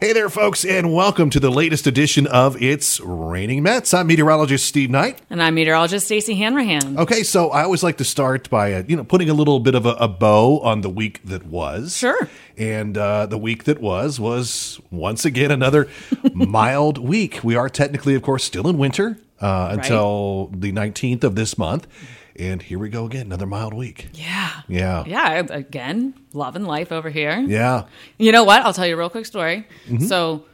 Hey there, folks, and welcome to the latest edition of It's Raining Mets. I'm meteorologist Steve Knight. And I'm meteorologist Stacey Hanrahan. Okay, so I always like to start by uh, you know putting a little bit of a, a bow on the week that was. Sure. And uh, the week that was was once again another mild week. We are technically, of course, still in winter uh, until the 19th of this month, and here we go again, another mild week. Yeah. Yeah. Yeah. Again, love and life over here. Yeah. Mm-hmm. You know what? I'll tell you a real quick story. So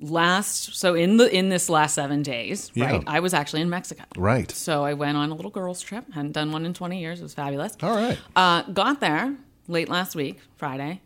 last so in the in this last seven days, Yeah. right, I was actually in Mexico. Right. So I went on a little girls' trip. Hadn't done one in twenty years. It was fabulous. All right. Uh, got there late last week, Friday.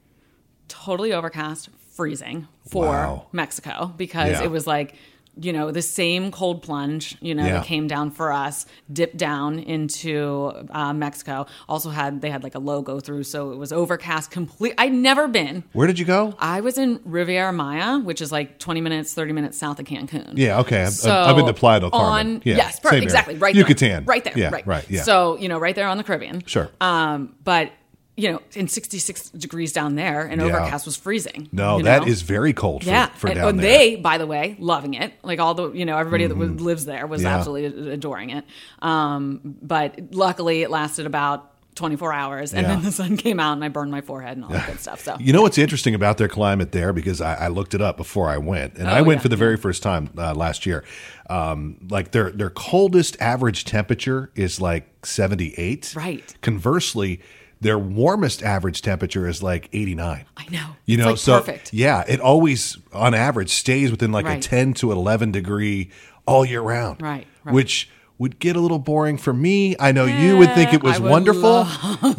Totally overcast, freezing for Wow. Mexico because Yeah. it was like, you know, the same cold plunge, you know, Yeah. that came down for us, dipped down into uh, Mexico. Also had they had like a low go through, so it was overcast. Complete. I'd never been. Where did you go? I was in Riviera Maya, which is like 20 minutes, 30 minutes south of Cancun. Yeah, okay. I've, So I've been to Playa del Carmen. On, yeah, yes, per- same area. exactly. Right Yucatan. there. Right there. Yeah, right. right. Yeah. So, you know, right there on the Caribbean. Sure. Um, but, you know, in 66 degrees down there, and Yeah. overcast was freezing. no, you that know? is very cold for, Yeah. for and, down and there. Mm-hmm. they, by the way, loving it. Like all the, you know, everybody that w- lives there was Yeah. absolutely adoring it. Um, but luckily it lasted about 24 hours, and Yeah. then the sun came out, and I burned my forehead and all that good stuff. So, you know what's interesting about their climate there because I, I looked it up before I went, and I went Oh, yeah. for the very first time uh, last year. Um, like their their coldest average temperature is like seventy eight. Right. Conversely, their warmest average temperature is like eighty nine. I know. You It's, know, like, so perfect. yeah, it always on average stays within like a Right. ten to eleven degree all year round. Right, right. Which would get a little boring for me. I know you would think it Yeah, I was would wonderful. love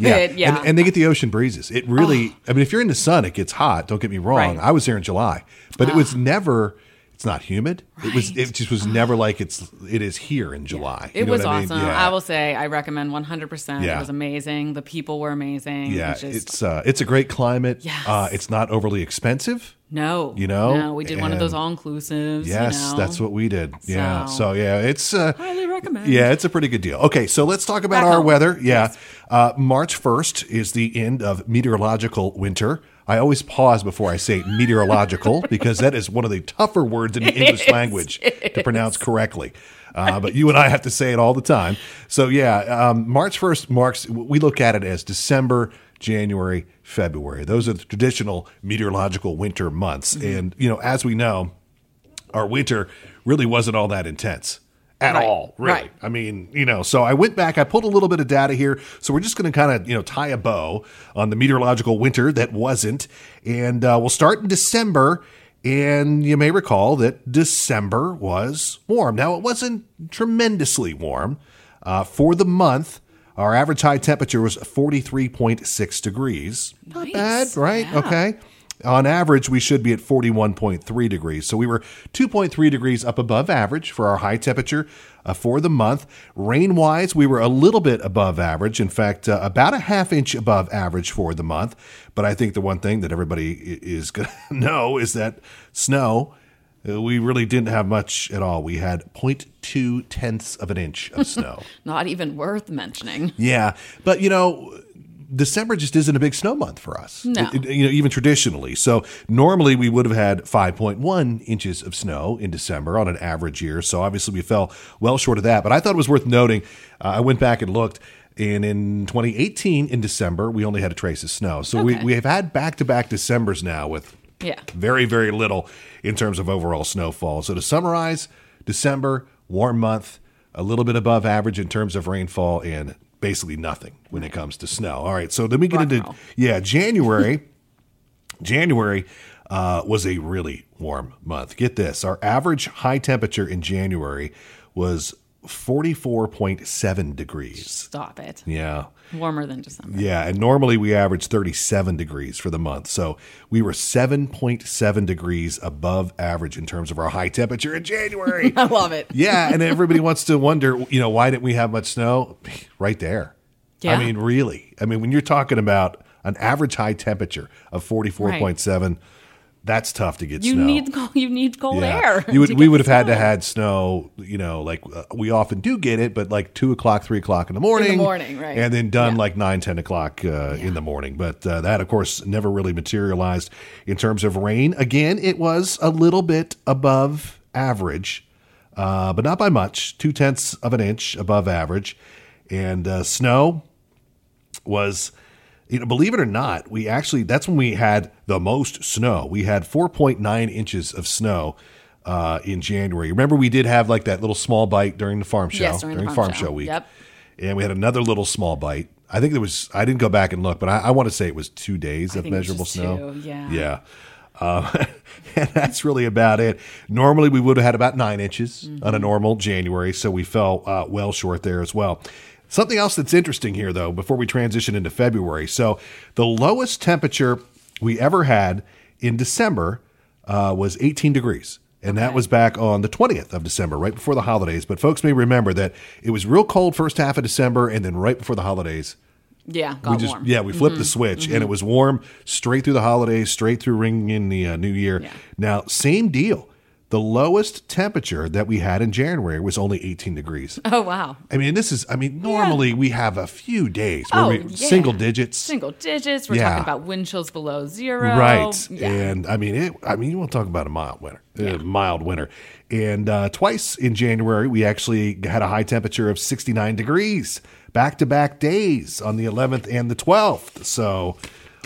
yeah. it, yeah. And, and they get the ocean breezes. It really I mean if you're in the sun it gets hot, don't get me wrong. Right. I was there in July, but it was never it's not humid. It was it just was never like it's it is here in July. You It know was what I mean? awesome. Yeah. I will say I recommend 100%. Yeah. It was amazing. The people were amazing. yeah, It's just- it's uh, it's a great climate. Yes. Uh, it's not overly expensive. no. you know, No, we did one of and- those all inclusives. Yes, you know. that's what we did. Yeah. So- So yeah, it's uh, Highly recommend. yeah, it's a pretty good deal. Okay, so let's talk about Back our home. weather. Yeah, uh, March first is the end of meteorological winter. I always pause before I say meteorological because that is one of the tougher words in the English is. language to pronounce correctly. Uh, but you and I have to say it all the time. So yeah, um, March first marks. We look at it as December, January, February. Those are the traditional meteorological winter months. Mm-hmm. And you know, as we know, our winter really wasn't all that intense at Right. all, really. Right. I mean, you know, so I went back, I pulled a little bit of data here. So we're just going to kind of, you know, tie a bow on the meteorological winter that wasn't. And uh, we'll start in December. And you may recall that December was warm. Now, it wasn't tremendously warm. Uh, for the month, our average high temperature was 43.6 degrees. Not Nice. bad, right? Yeah. Okay. On average, we should be at 41.3 degrees. So we were 2.3 degrees up above average for our high temperature uh, for the month. Rain wise, we were a little bit above average. In fact, uh, about a half inch above average for the month. But I think the one thing that everybody i- is going to know is that snow, uh, we really didn't have much at all. We had 0.2 tenths of an inch of snow. Not even worth mentioning. Yeah, but you know, December just isn't a big snow month for us. No. It- it- you know, even traditionally. So normally we would have had 5.1 inches of snow in December on an average year. So obviously we fell well short of that. But I thought it was worth noting. Uh, I went back and looked. And in 2018, in December, we only had a trace of snow. So we, Okay. we have had back to back Decembers now with Yeah. very, very little in terms of overall snowfall. So to summarize, December, warm month, a little bit above average in terms of rainfall, and basically nothing when it comes to snow. All right, so then we get Rock and into roll. yeah, January. January uh, was a really warm month. Get this: our average high temperature in January was forty-four point seven degrees. Stop it. Yeah. Warmer than December. Yeah, and normally we average 37 degrees for the month. So we were 7.7 degrees above average in terms of our high temperature in January. I love it. yeah, and everybody wants to wonder, you know, why didn't we have much snow? Right there. I Yeah. mean, really. I mean, when you're talking about an average high temperature of 44.7, That's tough to get You snow. need cold, you need cold Yeah. air. You would, to we get would have had to snow. had snow, you know, like uh, we often do get it, but like two o'clock, three o'clock in the morning. morning, right. And then done like nine, 10 o'clock uh, in the morning. But uh, that, of course, never really materialized in terms of rain. Again, it was a little bit above average, uh, but not by much, two tenths of an inch above average. And uh, snow, was you know believe it or not we actually that's when we had the most snow we had 4.9 inches of snow uh, in january remember we did have like that little small bite during the farm show Yes, during the farm show. week Yep. and we had another little small bite i think there was i didn't go back and look but i, I want to say it was two days of think it was measurable just snow two, yeah. yeah uh, and that's really about it. Normally, we would have had about nine inches on a Mm-hmm. normal January, so we fell uh, well short there as well. Something else that's interesting here, though, before we transition into February. So, the lowest temperature we ever had in December uh, was 18 degrees. And that was back on the 20th of December, right before the holidays. But folks may remember that it was real cold first half of December, and then right before the holidays, Yeah, got we just warm. Mm-hmm. yeah we flipped the switch and it was warm straight through the holidays straight through ringing in the uh, new year Yeah. now same deal the lowest temperature that we had in january was only 18 degrees Oh wow. i mean this is i mean normally we have a few days where Oh, we yeah. single digits Single digits. We're Yeah. talking about wind chills below zero. right Yeah. and i mean it i mean you want to talk about a mild winter uh, mild winter and uh, twice in january we actually had a high temperature of 69 degrees back to back days on the 11th and the 12th so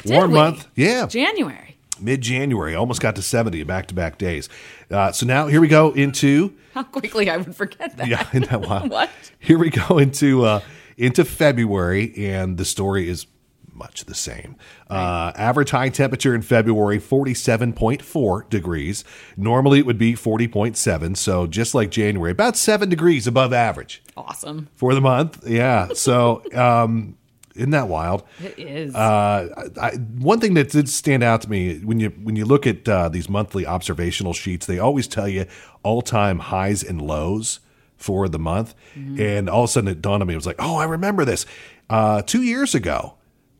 Did warm we? month yeah January. mid January. Almost got to 70 back to back days. Uh, so now here we go into How quickly I would forget that. yeah, in that wild? What? Here we go into uh, into February, and the story is much the same. Uh, average high temperature in February, forty-seven point four degrees. Normally, it would be forty point seven. So just like January, about seven degrees above average Awesome. for the month. Yeah. So um, isn't that wild? It is. Uh, I, I- one thing that did stand out to me when you when you look at uh, these monthly observational sheets, they always tell you all time highs and lows for the month. Mm-hmm. And all of a sudden, it dawned on me. It was like, oh, I remember this. Uh, two years ago,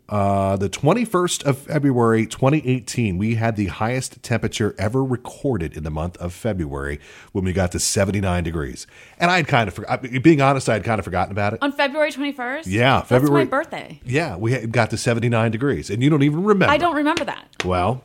uh, the twenty first of February, twenty eighteen, we had the highest temperature ever recorded in the month of February when we got to seventy nine degrees. And I had kind of, forgot being honest, I had kind of forgotten about it. On February 21st? Yeah, That's February- my birthday. Yeah, we had- got to 79 degrees, and you don't even remember. I don't remember that. Well,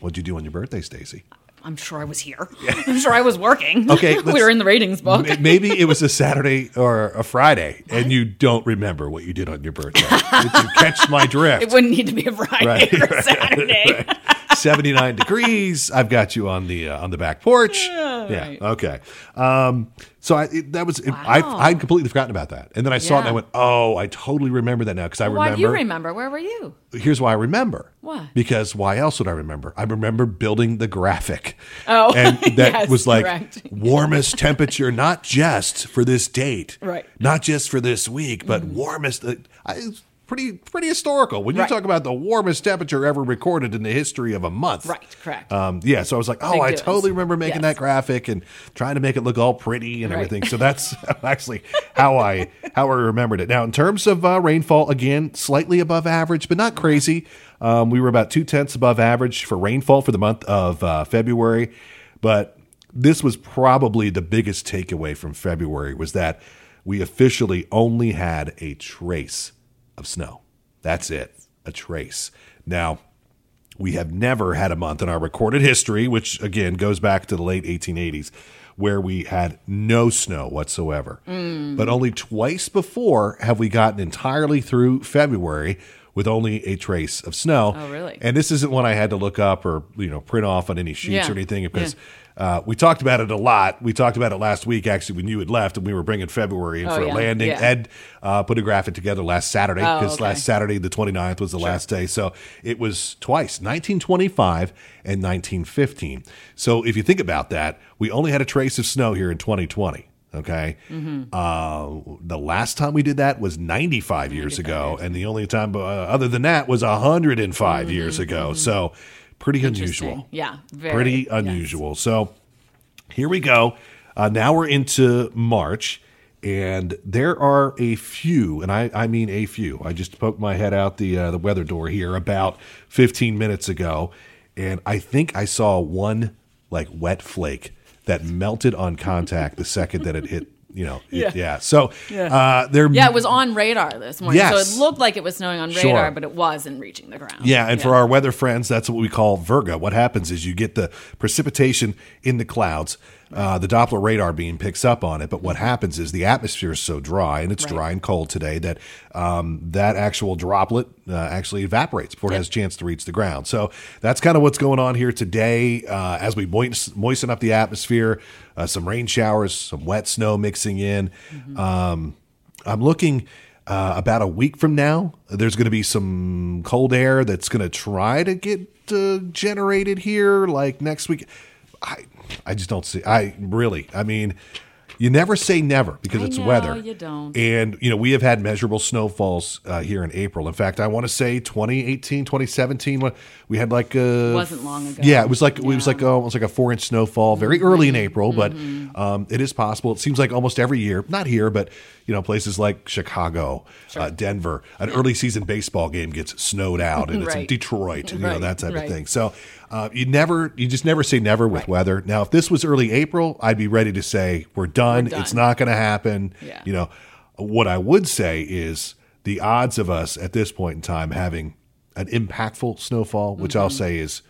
what'd you do on your birthday, Stacy? I'm sure I was here. I'm sure I was working. Okay, we let's- were in the ratings book. M- Maybe it was a Saturday or a Friday, and you don't remember what you did on your birthday. Did you catch my It drift? wouldn't need to be a Friday Right, or a Saturday. Seventy nine degrees. I've got you on the uh, on the back porch. Yeah. right. Okay. Um, so I, it, that was it- I I had completely forgotten about that, and then I saw it and I Yeah. went, oh, I totally remember that now because I Why do you remember. remember? Where were you? here's why I remember. Why? Because why else would I remember? I remember building the graphic. Oh, and that yes, was like correct. warmest temperature, not just for this date, Right. Mm. Not just for this week, but warmest. Uh, I, it's pretty pretty historical when you Right. talk about the warmest temperature ever recorded in the history of a month. Right, correct. Um, yeah, so I was like, oh, Big I difference. totally remember making Yes. that graphic and trying to make it look all pretty and Right. everything. So that's actually how I how I remembered it. Now, in terms of uh, rainfall, again, slightly above average, but not crazy. Um, we were about two tenths above average for rainfall for the month of uh, February, but this was probably the biggest takeaway from February was that we officially only had a trace of snow. That's it, a trace. Now, we have never had a month in our recorded history, which again goes back to the late 1880s, where we had no snow whatsoever. Mm. But only twice before have we gotten entirely through February with only a trace of snow. Oh, really? And this isn't one I had to look up or you know print off on any sheets Yeah. or anything because. Uh, we talked about it a lot. We talked about it last week, actually, when you had left and we were bringing February in Oh, for a yeah. landing. Yeah. Ed uh, put a graphic together last Saturday Oh, because okay. last Saturday, the 29th, was the last day. So it was twice, 1925 and 1915. So if you think about that, we only had a trace of snow here in 2020. Okay. Uh, the last time we did that was 95 years ago. And the only time uh, other than that was 105 years ago. So pretty unusual. Interesting. Yeah, very. Pretty unusual. So here we go. Uh, now we're into March, and there are a few, and I, I mean a few. I just poked my head out the uh, the weather door here about 15 minutes ago, and I think I saw one like wet flake that melted on contact the second that it hit. You know, it- yeah. Yeah. So Uh, there, Yeah, it was on radar this morning. Yes. So it looked like it was snowing on radar, Sure. but it wasn't reaching the ground. Yeah, and for our weather friends, that's what we call Virgo. What happens is you get the precipitation in the clouds. Uh, the Doppler radar beam picks up on it, but what happens is the atmosphere is so dry, and it's Right. dry and cold today that um, that actual droplet uh, actually evaporates before it has a chance to reach the ground. So that's kind of what's going on here today uh, as we moist, moisten up the atmosphere. Uh, some rain showers, some wet snow mixing in. I'm looking uh, about a week from now. There's going to be some cold air that's going to try to get uh, generated here, like next week. I I just don't see. I really. I mean, you never say never because I it's know, weather. you don't. And you know we have had measurable snowfalls uh, here in April. In fact, I want to say 2018, 2017, when we had like a Wasn't long ago. Yeah, it was like it was Yeah. Mm-hmm. like uh, almost like a four inch snowfall, very early in April, but um, it is possible. It seems like almost every year, not here, but you know, places like Chicago, uh, Denver, an early season baseball game gets snowed out, and it's in Right. Detroit, you know, Right, that type of right. thing. So uh, you never, you just never say never with weather. Now, if this was early April, I'd be ready to say we're done. done. It's not going to happen. Yeah. You know, what I would say is the odds of us at this point in time having an impactful snowfall, which Mm-hmm. I'll say is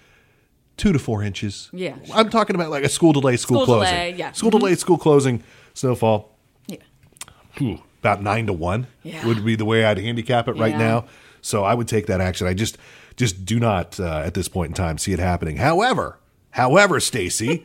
two to four inches. Yeah. I'm talking about like a school delay, school, School closing. delay, yeah. Mm-hmm. School delay, school closing, snowfall. Yeah. Phew, about nine to one Yeah. would be the way I'd handicap it right Yeah. now. So I would take that action. I just just do not uh, at this point in time see it happening. However, however, Stacy,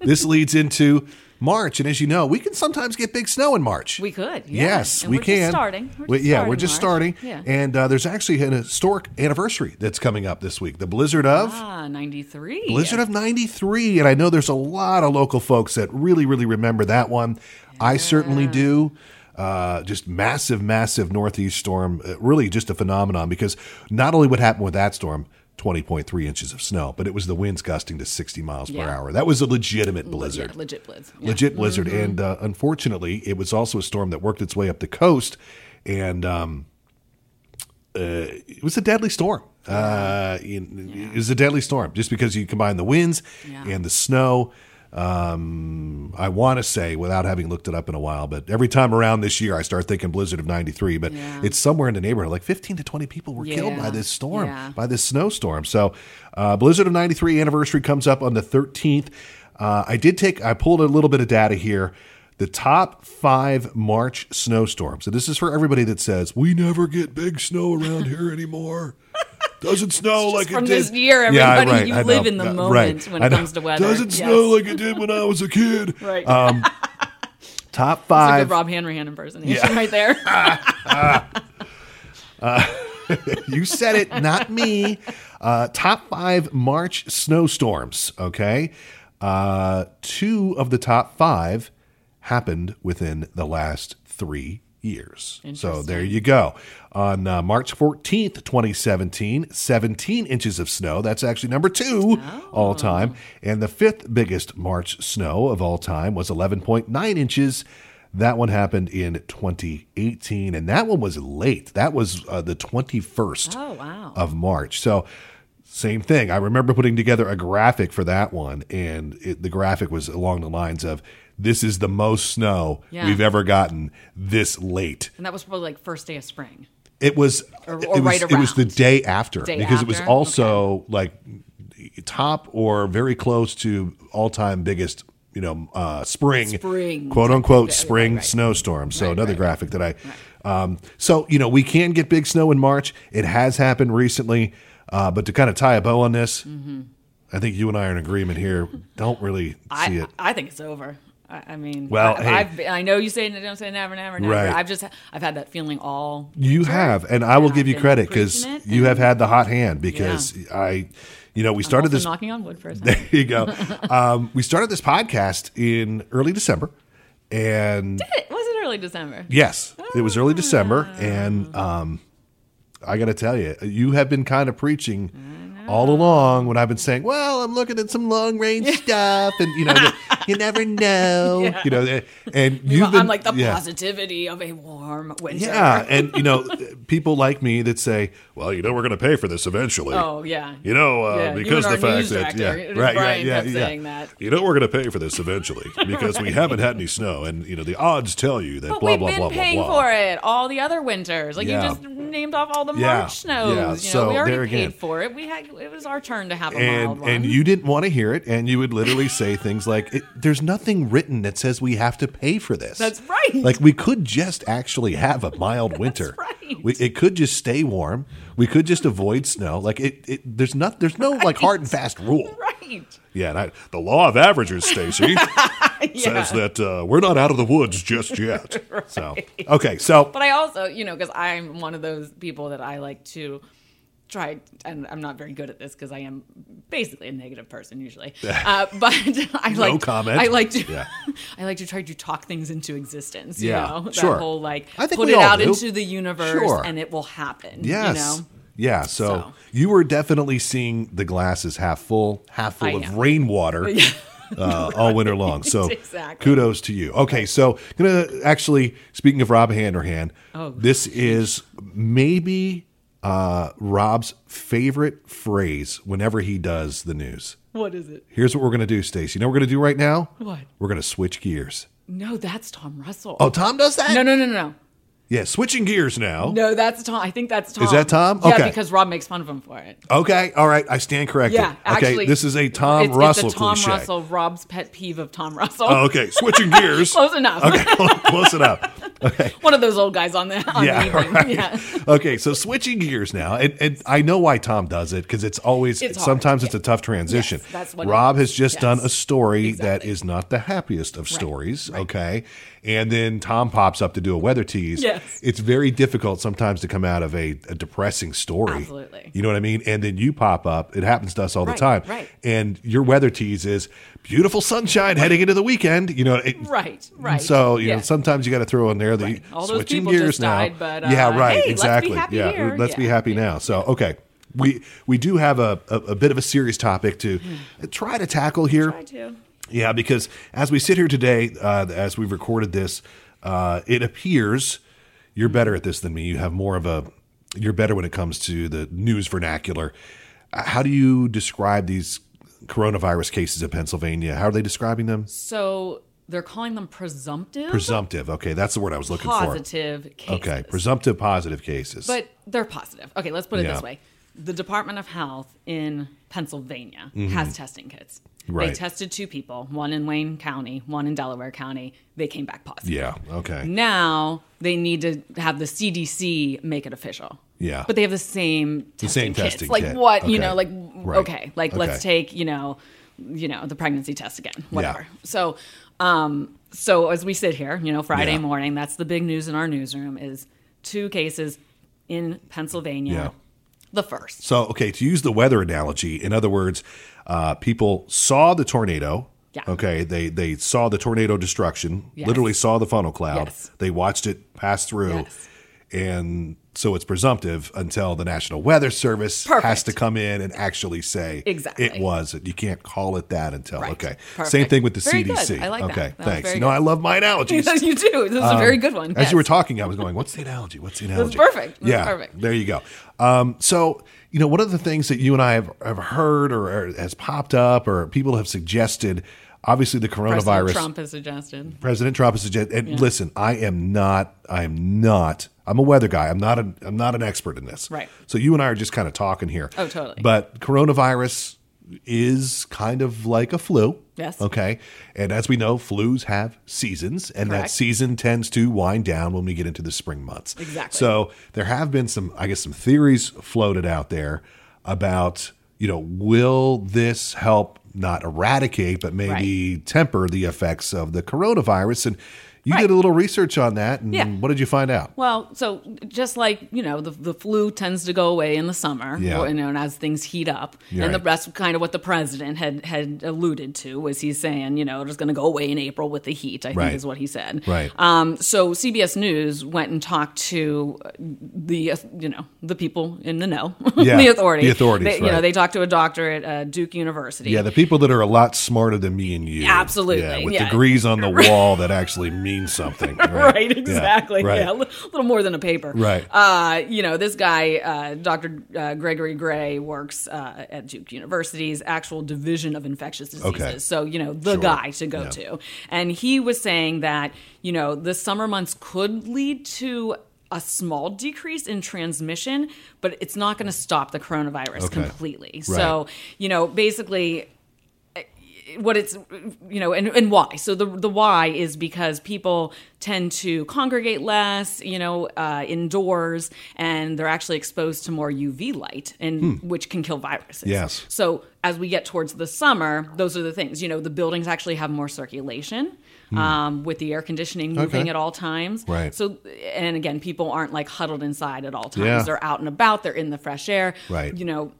this leads into March, and as you know, we can sometimes get big snow in March. We could. Yeah. Yes, And we we're can. Just starting. We're We- just yeah, starting we're just March. starting. Yeah. And uh, there's actually an historic anniversary that's coming up this week. The blizzard of ah, 93. Blizzard of 93. And I know there's a lot of local folks that really, really remember that one. I certainly do. Uh, just massive, massive northeast storm. Uh, Really just a phenomenon because not only what happened with that storm, 20.3 inches of snow, but it was the winds gusting to 60 miles per Yeah. hour. That was a legitimate blizzard Yeah, legit blizz. Yeah. Mm-hmm. legit blizzard. And uh, unfortunately, it was also a storm that worked its way up the coast, and um, uh, it was a deadly storm. Uh, in- It was a deadly storm just because you combine the winds Yeah. and the snow. Um, I want to say without having looked it up in a while, but every time around this year, I start thinking blizzard of '93. But Yeah. it's somewhere in the neighborhood, like 15 to 20 people were killed by Yeah. this storm, Yeah. by this snowstorm. So, uh, Blizzard of 93 anniversary comes up on the 13th. Uh, I did take, I pulled a little bit of data here. The top five March snowstorms. So, this is for everybody that says, we never get big snow around here anymore. Doesn't snow like from it did. this year, Yeah, everybody. right, You I live know. in the Uh, moment right. when I it know. comes to weather. Doesn't Yes. snow like it did when I was a kid. Right. Top it's a five. good Rob Hanrahan impersonation Yeah. right there. you said it, not me. Uh, top five March snowstorms. Okay. Uh, two of the top five happened within the last three years. So there you go. On uh, March 14th, 2017, 17 inches of snow. That's actually number two all time. And the fifth biggest March snow of all time was 11.9 inches. That one happened in 2018, and that one was late. That was uh, the 21st Oh, wow. of March. So, same thing. I remember putting together a graphic for that one, and it, the graphic was along the lines of this is the most snow Yeah. we've ever gotten this late. and that was probably like first day of spring. It was, Or- or it, was right it was the around. day after Day because it was after? also like top or very close to all time biggest. You know, uh, spring, Spring. quote unquote, Right, right, spring right. snowstorm. So Right, another right. graphic that I, um, so you know, we can get big snow in March. It has happened recently, uh, but to kind of tie a bow on this, Mm-hmm. I think you and I are in agreement here. Don't really see I, it. I think it's over. I, I mean, Well, I, hey. I've been, I know you say don't say never, never, never. Right. I've just I've had that feeling all. You have, and I will I've give you been credit because preaching it you have and- had the hot hand. Because I, you know, we started also this knocking on wood for a second. There you go. um, we started this podcast in early December, and it was it early December? yes, it was early December, and um, I got to tell you, you have been kind of preaching all along when I've been saying, "Well, I'm looking at some long range stuff," and you know, the- you never know, you know, and- and you've Well, been I'm like the yeah. positivity of a warm winter. Yeah, and you know, people like me that say, "Well, you know, we're going to pay for this eventually." Oh yeah. You know, uh, Yeah, you because and the our fact news that director, yeah, right, Brian right, yeah, kept yeah. saying that. You know, we're going to pay for this eventually because we haven't had any snow, and you know, the odds tell you that But blah we've blah been blah blah paying blah. for it all the other winters. Like Yeah. you just named off all the Yeah, March snows. yeah, You know, so we already there again. paid for it. We had it was our turn to have a mild and one. and you didn't want to hear it, and you would literally say things like, it, "There's nothing written that says we have to pay for this." That's right. Like we could just actually have a mild winter. right. We, it could just stay warm. We could just avoid snow. Like it, it there's not there's no like hard and fast rule. right. Yeah, and I, the law of averages, Stacy, Yeah. says that uh, we're not out of the woods just yet. So okay, so But I also, you know, because I'm one of those people that I like to try, and I'm not very good at this because I am basically a negative person usually. uh, but I like comment. I like to. Yeah. I like to try to talk things into existence. You Yeah, know? That sure. whole like I think put we it all out do. into the universe Sure. and it will happen. yes, You know? yeah. So, So. you were definitely seeing the glasses half full, half full I of am. rainwater. Uh, all winter long. So exactly. kudos to you. Okay, so gonna actually speaking of Rob Handerhan, Oh. this is maybe uh, Rob's favorite phrase whenever he does the news. What is it? Here's what we're going to do, Stacey. You know what we're going to do right now? What? We're going to switch gears. No, that's Tom Russell. Oh, Tom does that? No, no, no, no, no. Yeah, switching gears now. No, that's Tom. I think that's Tom. Is that Tom? Yeah, Okay. because Rob makes fun of him for it. Okay, all right. I stand corrected. Yeah, okay, actually, this is a Tom it's, Russell It's a Tom cliche. Russell, Rob's pet peeve of Tom Russell. Oh, okay, switching gears. Close enough. Okay, close enough. One of those old guys on the on Yeah, the evening. right. Yeah. Okay, so switching gears now, and, and I know why Tom does it because it's always It's hard, sometimes it's a tough transition. Yes, that's what it Rob is. has just Yes. done a story that Exactly. is not the happiest of stories. Okay, and then Tom pops up to do a weather tease. Yes. it's very difficult sometimes to come out of a, a depressing story. Absolutely. you know what I mean. And then you pop up. It happens to us all Right, the time. right. And your weather tease is beautiful sunshine heading into the weekend. You know, it, Right. Right. so you know, Yeah. sometimes you got to throw in there the Right. All those switching people gears just now. died, but, uh, yeah, right. hey, let's be exactly. happy yeah, here. let's be Yeah. happy now. So okay, we we do have a, a, a bit of a serious topic to Hmm. try to tackle here. Try to. Yeah, because as we sit here today, uh, as we've recorded this, uh, it appears you're better at this than me. You have more of a you're better when it comes to the news vernacular. Uh, How do you describe these coronavirus cases in Pennsylvania? How are they describing them? So they're calling them presumptive, Presumptive. Okay, that's the word I was looking for. positive cases. Okay, presumptive positive cases. But they're positive. Okay, let's put it Yeah. this way. The Department of Health in Pennsylvania has testing kits. Mm-hmm. Right. They tested two people, one in Wayne County, one in Delaware County. They came back positive. yeah, okay. Now they need to have the CDC make it official. Yeah. But they have the same testing same kits. testing like kit. what you know, Okay. like Right. okay, like let's Okay. take you know, you know the pregnancy test again, whatever. So, um, so as we sit here, you know, Friday Yeah. morning, that's the big news in our newsroom is two cases in Pennsylvania. Yeah. The first, So, okay, to use the weather analogy, in other words, uh, people saw the tornado. Yeah. Okay, they they saw the tornado destruction. Yes. Literally saw the funnel cloud. Yes. They watched it pass through, Yes. and so it's presumptive until the National Weather Service has Perfect. to come in and actually say Exactly. it was. You can't call it that until Right. okay. Same Perfect. thing with the Very good. CDC. I like that. okay, That was thanks. very you know, good. I love my you analogies. do. This is a very good one. Um, As you were yes. talking, I was going, "What's the analogy? What's the analogy?" perfect. That's yeah, perfect. There you go. Um, so, you know, one of the things that you and I have, have heard or, or has popped up or people have suggested, obviously, the coronavirus. President Trump has suggested. President Trump has suggested. And listen, I am not. I am not. I'm a weather guy. I'm not. A, I'm not an expert in this. Right. So you and I are just kind of talking here. Oh, totally. But coronavirus is kind of like a flu. Yes. Okay. And as we know, flus have seasons, and that Correct. season tends to wind down when we get into the spring months. Exactly. So there have been some, I guess, some theories floated out there about, you know, will this help not eradicate, but maybe temper the effects of the coronavirus? And You Right. did a little research on that, and Yeah. what did you find out? Well, so just like you know, the the flu tends to go away in the summer, Yeah. you know, and as things heat up, You're and the right. that's kind of what the president had had alluded to was he's saying, you know, it's going to go away in April with the heat. I Right. think is what he said. Right. Um, so CBS News went and talked to uh, the uh, you know the people in the know, Yeah, the authority, the authorities, They, You right. know, they talked to a doctor at uh, Duke University. Yeah, the people that are a lot smarter than me and you. Absolutely, Yeah, with yeah. degrees on the wall that actually mean something. Right, right Yeah, exactly yeah, right. a li- little more than a paper Right. uh, you know this guy uh, dr uh, gregory gray works uh, at duke university's actual division of infectious diseases Okay. so you know the Sure. guy to go Yeah. to and he was saying that you know the summer months could lead to a small decrease in transmission, but it's not going to stop the coronavirus Okay. completely. So, you know, basically, what it's you know and, and why so the the why is because people tend to congregate less you know uh, indoors and they're actually exposed to more uv light and which can kill viruses Hmm. Yes. so as we get towards the summer those are the things you know the buildings actually have more circulation um, with the air conditioning Hmm. moving Okay. at all times Right. so and again people aren't like huddled inside at all times Yeah. they're out and about they're in the fresh air Right. you know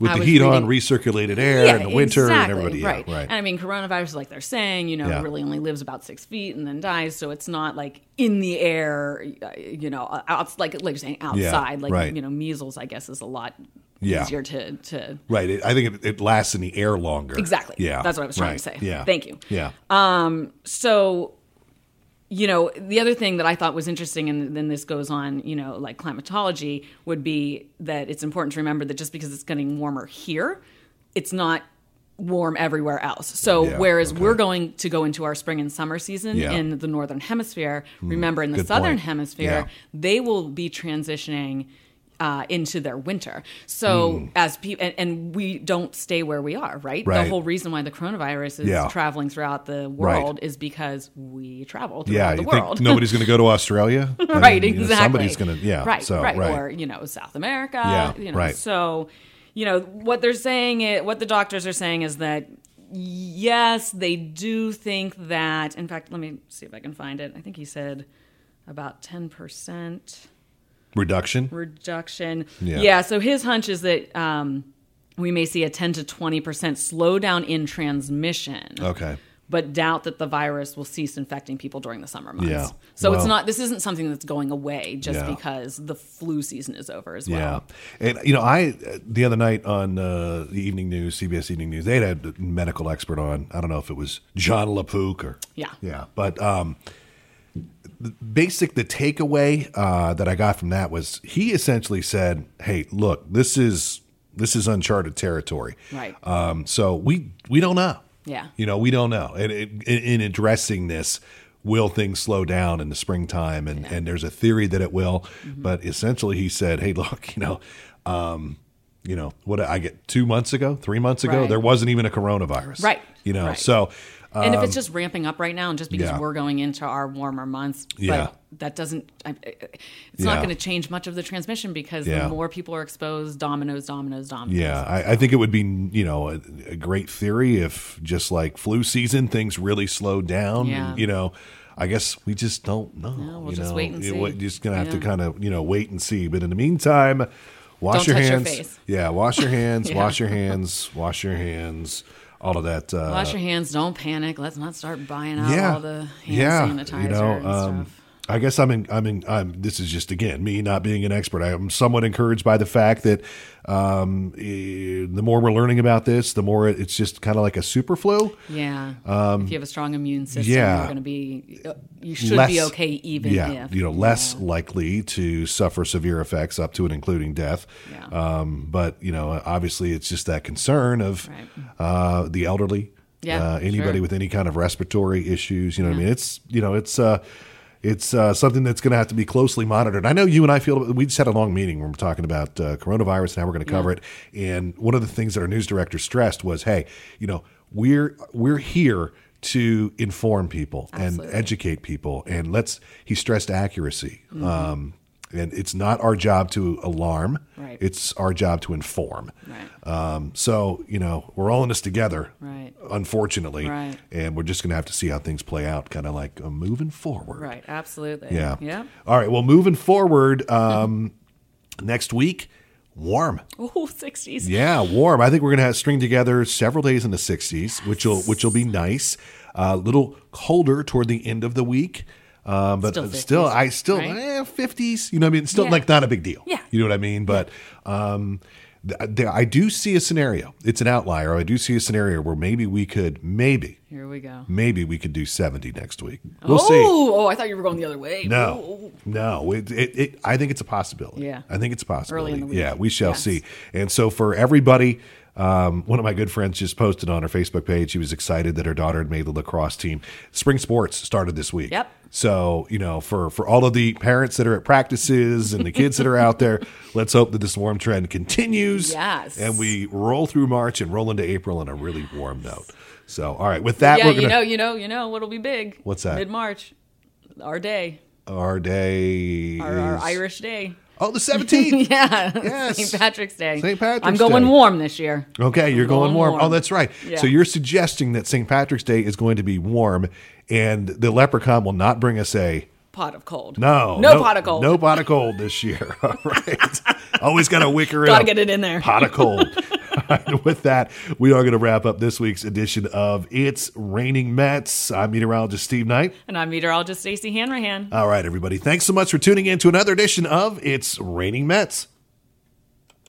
With I the was heat on, reading- recirculated air in the winter, and everybody. Yeah, right. And I mean, coronavirus, like they're saying, you know, Yeah. really only lives about six feet and then dies. So it's not like in the air, uh, you know, out, like like you're saying outside, like right. you know, measles. I guess is a lot Yeah. easier to to Right. It, I think it, it lasts in the air longer. Exactly. Yeah. That's what I was trying to Right. say. Yeah. Thank you. Um, Yeah. so you know the other thing that i thought was interesting and then this goes on you know like climatology would be that it's important to remember that just because it's getting warmer here it's not warm everywhere else so Yeah, whereas okay. we're going to go into our spring and summer season Yeah. Hmm, in the northern hemisphere remember in the good southern point. hemisphere Yeah. they will be transitioning uh, into their winter so Hmm. as people and, and we don't stay where we are right, Right. the whole reason why the coronavirus is Yeah. traveling throughout the Right. world is because we travel yeah. throughout the you world. think nobody's going to go to Australia? I right, mean, you know, exactly. somebody's going to. Yeah. Right, So, right, right. Or, you know, South America. Yeah, you know, right. So, you know, what they're saying, i- what the doctors are saying is that, yes, they do think that, in fact, let me see if I can find it. I think he said about 10% Reduction. reduction. Yeah. Yeah. so his hunch is that um, we may see a 10 to 20% slowdown in transmission Okay. but doubt that the virus will cease infecting people during the summer months. Yeah. So Well- it's not this isn't something that's going away just Yeah. because the flu season is over as well. Yeah, and you know, I uh, the other night on uh, the evening news, CBS Evening News, they had a medical expert on. I don't know if it was John LaPook or Yeah. yeah, but um, the basic the takeaway uh, that I got from that was he essentially said, "Hey, look, this is this is uncharted territory, Right. Um, so we we don't know, Yeah. you know, we don't know, and it, in, in addressing this." Will things slow down in the springtime? And, and there's a theory that it will, Mm-hmm. but essentially he said, "Hey, look, you know, um, you know what? I get two months ago, three months ago, Right. there wasn't even a coronavirus, Right. You know, Right. so and if it's just ramping up right now and just because Um, yeah. we're going into our warmer months, Yeah. but that doesn't I, I- it's Yeah. not going to change much of the transmission because Yeah. the more people are exposed, dominoes, dominoes, dominoes. Yeah, I, I think it would be you know a, a great theory if just like flu season things really slowed down. Yeah. And, you know, I guess we just don't know. No, we'll you just know? wait and It- see. we're just gonna have to Yeah. kind of you know wait and see. But in the meantime, wash Don't your touch your hands. face. Yeah, wash your hands. Yeah. Wash your hands. Wash your hands. All of that. Uh, Wash your hands, don't panic. Let's not start buying out yeah, all the hand yeah. sanitizer you know, and um, stuff. I guess I'm in, I'm in, I'm, this is just again me not being an expert. I am somewhat encouraged by the fact that um, eh, the more we're learning about this, the more it- it's just kind of like a super flu. Yeah. if you have a strong immune system, um, yeah. you're going to be, you should be Less- okay even Yeah, if. you know, less likely to suffer severe effects up to and including death. Yeah. Um, but you know, obviously, it's just that concern of Right. uh, the elderly, Yeah, uh, anybody sure. with any kind of respiratory issues. You know, what I mean, it's you know, it's. Uh, it's uh, something that's going to have to be closely monitored. I know you and I feel we just had a long meeting when we're talking about uh, coronavirus and how we're going to cover it. And one of the things that our news director stressed was, "Hey, you know, we're we're here to inform people and Absolutely. Mm-hmm. educate people and let's he stressed accuracy um And it's not our job to alarm. Right. It's our job to inform. Right. Um, so, you know, we're all in this together, Right. unfortunately. Right. And we're just going to have to see how things play out, kind of like uh, moving forward. Right. Absolutely. Yeah. Yeah. All right. Well, moving forward, um, next week, warm. Oh, 60s. Yeah, warm. I think we're gonna have string together several days in the 60s, which will which will be nice. A little colder toward the end of the week, um, but Still still, I 50s, still right? eh, 50s. You know what I mean? Still Yeah. like not a big deal. Yeah. you know what I mean. But um, th- there, I do see a scenario. It's an outlier. I do see a scenario where maybe we could maybe Here we go. maybe we could do 70 next week. We'll oh, see. oh, I thought you were going the other way. No, no. It, it, it, I think it's a possibility. Yeah. I think it's a possibility. Early in the week. Yeah, we shall Yes. see. And so for everybody, um, one of my good friends just posted on her Facebook page. She was excited that her daughter had made the lacrosse team. Spring sports started this week. Yep. So you know, for for all of the parents that are at practices and the kids that are out there, let's hope that this warm trend continues. Yes. And we roll through March and roll into April on a really warm note. So all right, with that, yeah, we're gonna you know, you know, you know what'll be big. What's that? Mid March, our day, our day. our, our is- Irish day. Oh, the 17th. Yeah, Yes. St. Patrick's Day. St. Patrick's I'm going Day. warm this year. Okay, you're going, going warm. warm. Oh, that's right. Yeah. So you're suggesting that St. Patrick's Day is going to be warm, and the leprechaun will not bring us a Pot of cold. no, no, pot of cold. no pot of cold this year. All right, always got to wicker it Gotta up. get it in there. Pot of cold. All right, With that, we are going to wrap up this week's edition of It's Raining Mets. I'm meteorologist Steve Knight. And I'm meteorologist Stacey Hanrahan. All right, everybody, thanks so much for tuning in to another edition of It's Raining Mets.